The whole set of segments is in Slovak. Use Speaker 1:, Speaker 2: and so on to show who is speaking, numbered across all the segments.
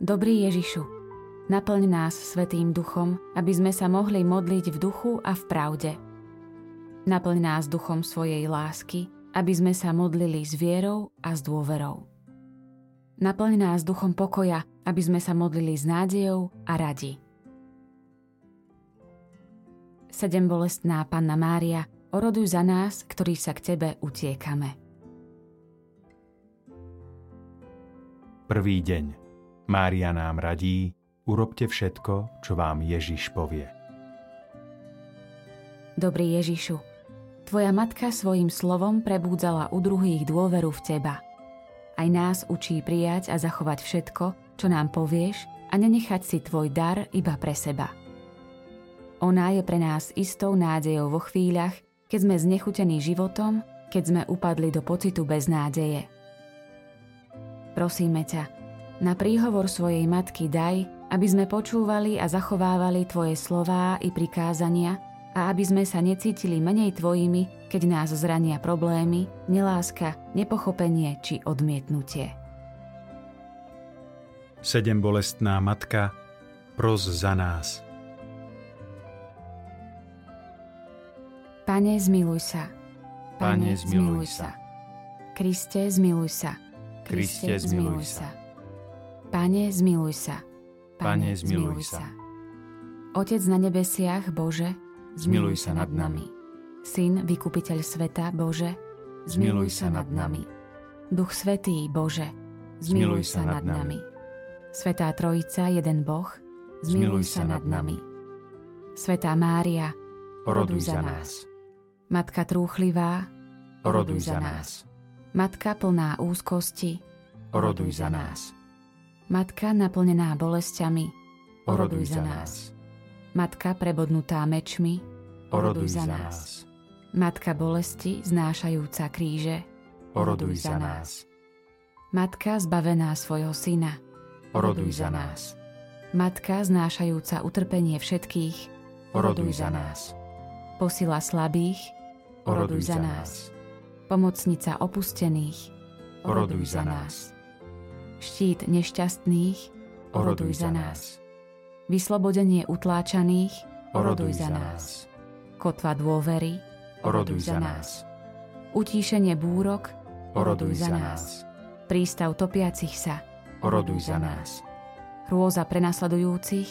Speaker 1: Dobrý Ježišu, naplň nás Svetým Duchom, aby sme sa mohli modliť v duchu a v pravde. Naplň nás duchom svojej lásky, aby sme sa modlili s vierou a s dôverou. Naplň nás duchom pokoja, aby sme sa modlili s nádejou a radi. Sedembolestná Panna Mária, oroduj za nás, ktorí sa k Tebe utiekame.
Speaker 2: Prvý deň. Mária nám radí, urobte všetko, čo vám Ježiš povie.
Speaker 1: Dobrý Ježišu, Tvoja matka svojim slovom prebúdzala u druhých dôveru v Teba. Aj nás učí prijať a zachovať všetko, čo nám povieš a nenechať si Tvoj dar iba pre seba. Ona je pre nás istou nádejou vo chvíľach, keď sme znechutení životom, keď sme upadli do pocitu beznádeje. Prosíme ťa, na príhovor svojej matky daj, aby sme počúvali a zachovávali Tvoje slová i prikázania a aby sme sa necítili menej Tvojimi, keď nás zrania problémy, neláska, nepochopenie či odmietnutie.
Speaker 2: Sedem bolestná matka, pros za nás.
Speaker 1: Pane, zmiluj sa.
Speaker 3: Pane, zmiluj sa.
Speaker 1: Kriste, zmiluj sa.
Speaker 3: Kriste, zmiluj sa.
Speaker 1: Pane, zmiluj sa.
Speaker 3: Pane, zmiluj sa.
Speaker 1: Otec na nebesiach, Bože,
Speaker 3: Zmiluj sa nad nami.
Speaker 1: Syn, vykupiteľ sveta, Bože,
Speaker 3: Zmiluj sa nad nami.
Speaker 1: Duch Svetý, Bože,
Speaker 3: Zmiluj sa nad nami.
Speaker 1: Svetá Trojica, jeden Boh,
Speaker 3: Zmiluj sa nad nami.
Speaker 1: Svetá Mária,
Speaker 3: Oroduj za nás.
Speaker 1: Matka trúchlivá,
Speaker 3: Oroduj za nás.
Speaker 1: Matka plná úzkosti,
Speaker 3: Oroduj za nás.
Speaker 1: Matka naplnená bolestiami,
Speaker 3: Oroduj za nás.
Speaker 1: Matka prebodnutá mečmi,
Speaker 3: Oroduj za nás.
Speaker 1: Matka bolesti znášajúca kríže,
Speaker 3: Oroduj za nás.
Speaker 1: Matka zbavená svojho syna,
Speaker 3: Oroduj za nás.
Speaker 1: Matka znášajúca utrpenie všetkých,
Speaker 3: Oroduj za nás.
Speaker 1: posila slabých,
Speaker 3: Oroduj za nás.
Speaker 1: pomocnica opustených,
Speaker 3: Oroduj za nás.
Speaker 1: štít nešťastných,
Speaker 3: Oroduj za nás.
Speaker 1: vyslobodenie utláčaných,
Speaker 3: Oroduj za nás.
Speaker 1: kotva dôvery,
Speaker 3: Oroduj za nás.
Speaker 1: utíšenie búrok,
Speaker 3: Oroduj za nás.
Speaker 1: prístav topiacich sa,
Speaker 3: Oroduj za nás.
Speaker 1: hrôza prenasledujúcich,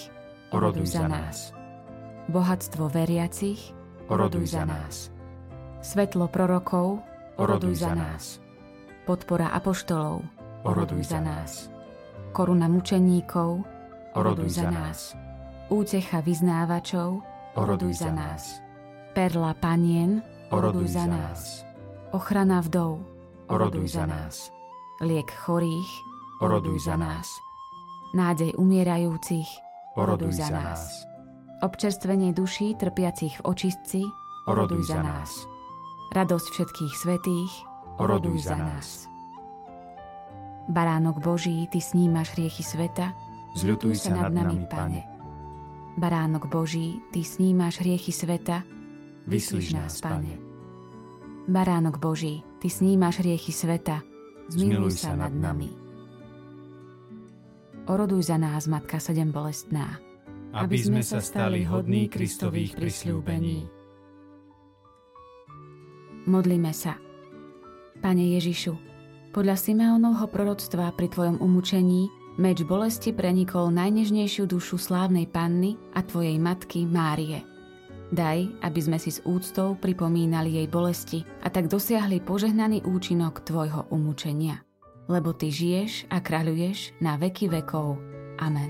Speaker 3: Oroduj za nás.
Speaker 1: bohatstvo veriacich,
Speaker 3: Oroduj za nás.
Speaker 1: svetlo prorokov,
Speaker 3: Oroduj za nás.
Speaker 1: podpora apoštolov,
Speaker 3: Oroduj za nás.
Speaker 1: koruna mučeníkov,
Speaker 3: Oroduj za nás.
Speaker 1: útecha vyznávačov,
Speaker 3: Oroduj za nás.
Speaker 1: perla panien,
Speaker 3: Oroduj za nás.
Speaker 1: ochrana vdov,
Speaker 3: Oroduj za nás.
Speaker 1: liek chorých,
Speaker 3: Oroduj za nás.
Speaker 1: nádej umierajúcich,
Speaker 3: Oroduj za nás.
Speaker 1: občerstvenie duší trpiacich v očistci,
Speaker 3: Oroduj za nás.
Speaker 1: radosť všetkých svetých,
Speaker 3: Oroduj za nás.
Speaker 1: Baránok Boží, Ty snímaš riechy sveta,
Speaker 3: Zľutuj sa nad nami, Pane.
Speaker 1: Baránok Boží, Ty snímaš riechy sveta,
Speaker 3: Vyslíš nás, Pane.
Speaker 1: Baránok Boží, Ty snímaš riechy sveta, zmiluj sa nad nami. Oroduj za nás, Matka Sedembolestná.
Speaker 3: Aby sme sa stali hodní Kristových prisľúbení.
Speaker 1: Modlíme sa. Pane Ježišu, podľa Simeonovho proroctva pri Tvojom umúčení meč bolesti prenikol najnežnejšiu dušu slávnej panny a Tvojej matky Márie. Daj, aby sme si s úctou pripomínali jej bolesti a tak dosiahli požehnaný účinok Tvojho umúčenia. Lebo Ty žiješ a kráľuješ na veky vekov. Amen.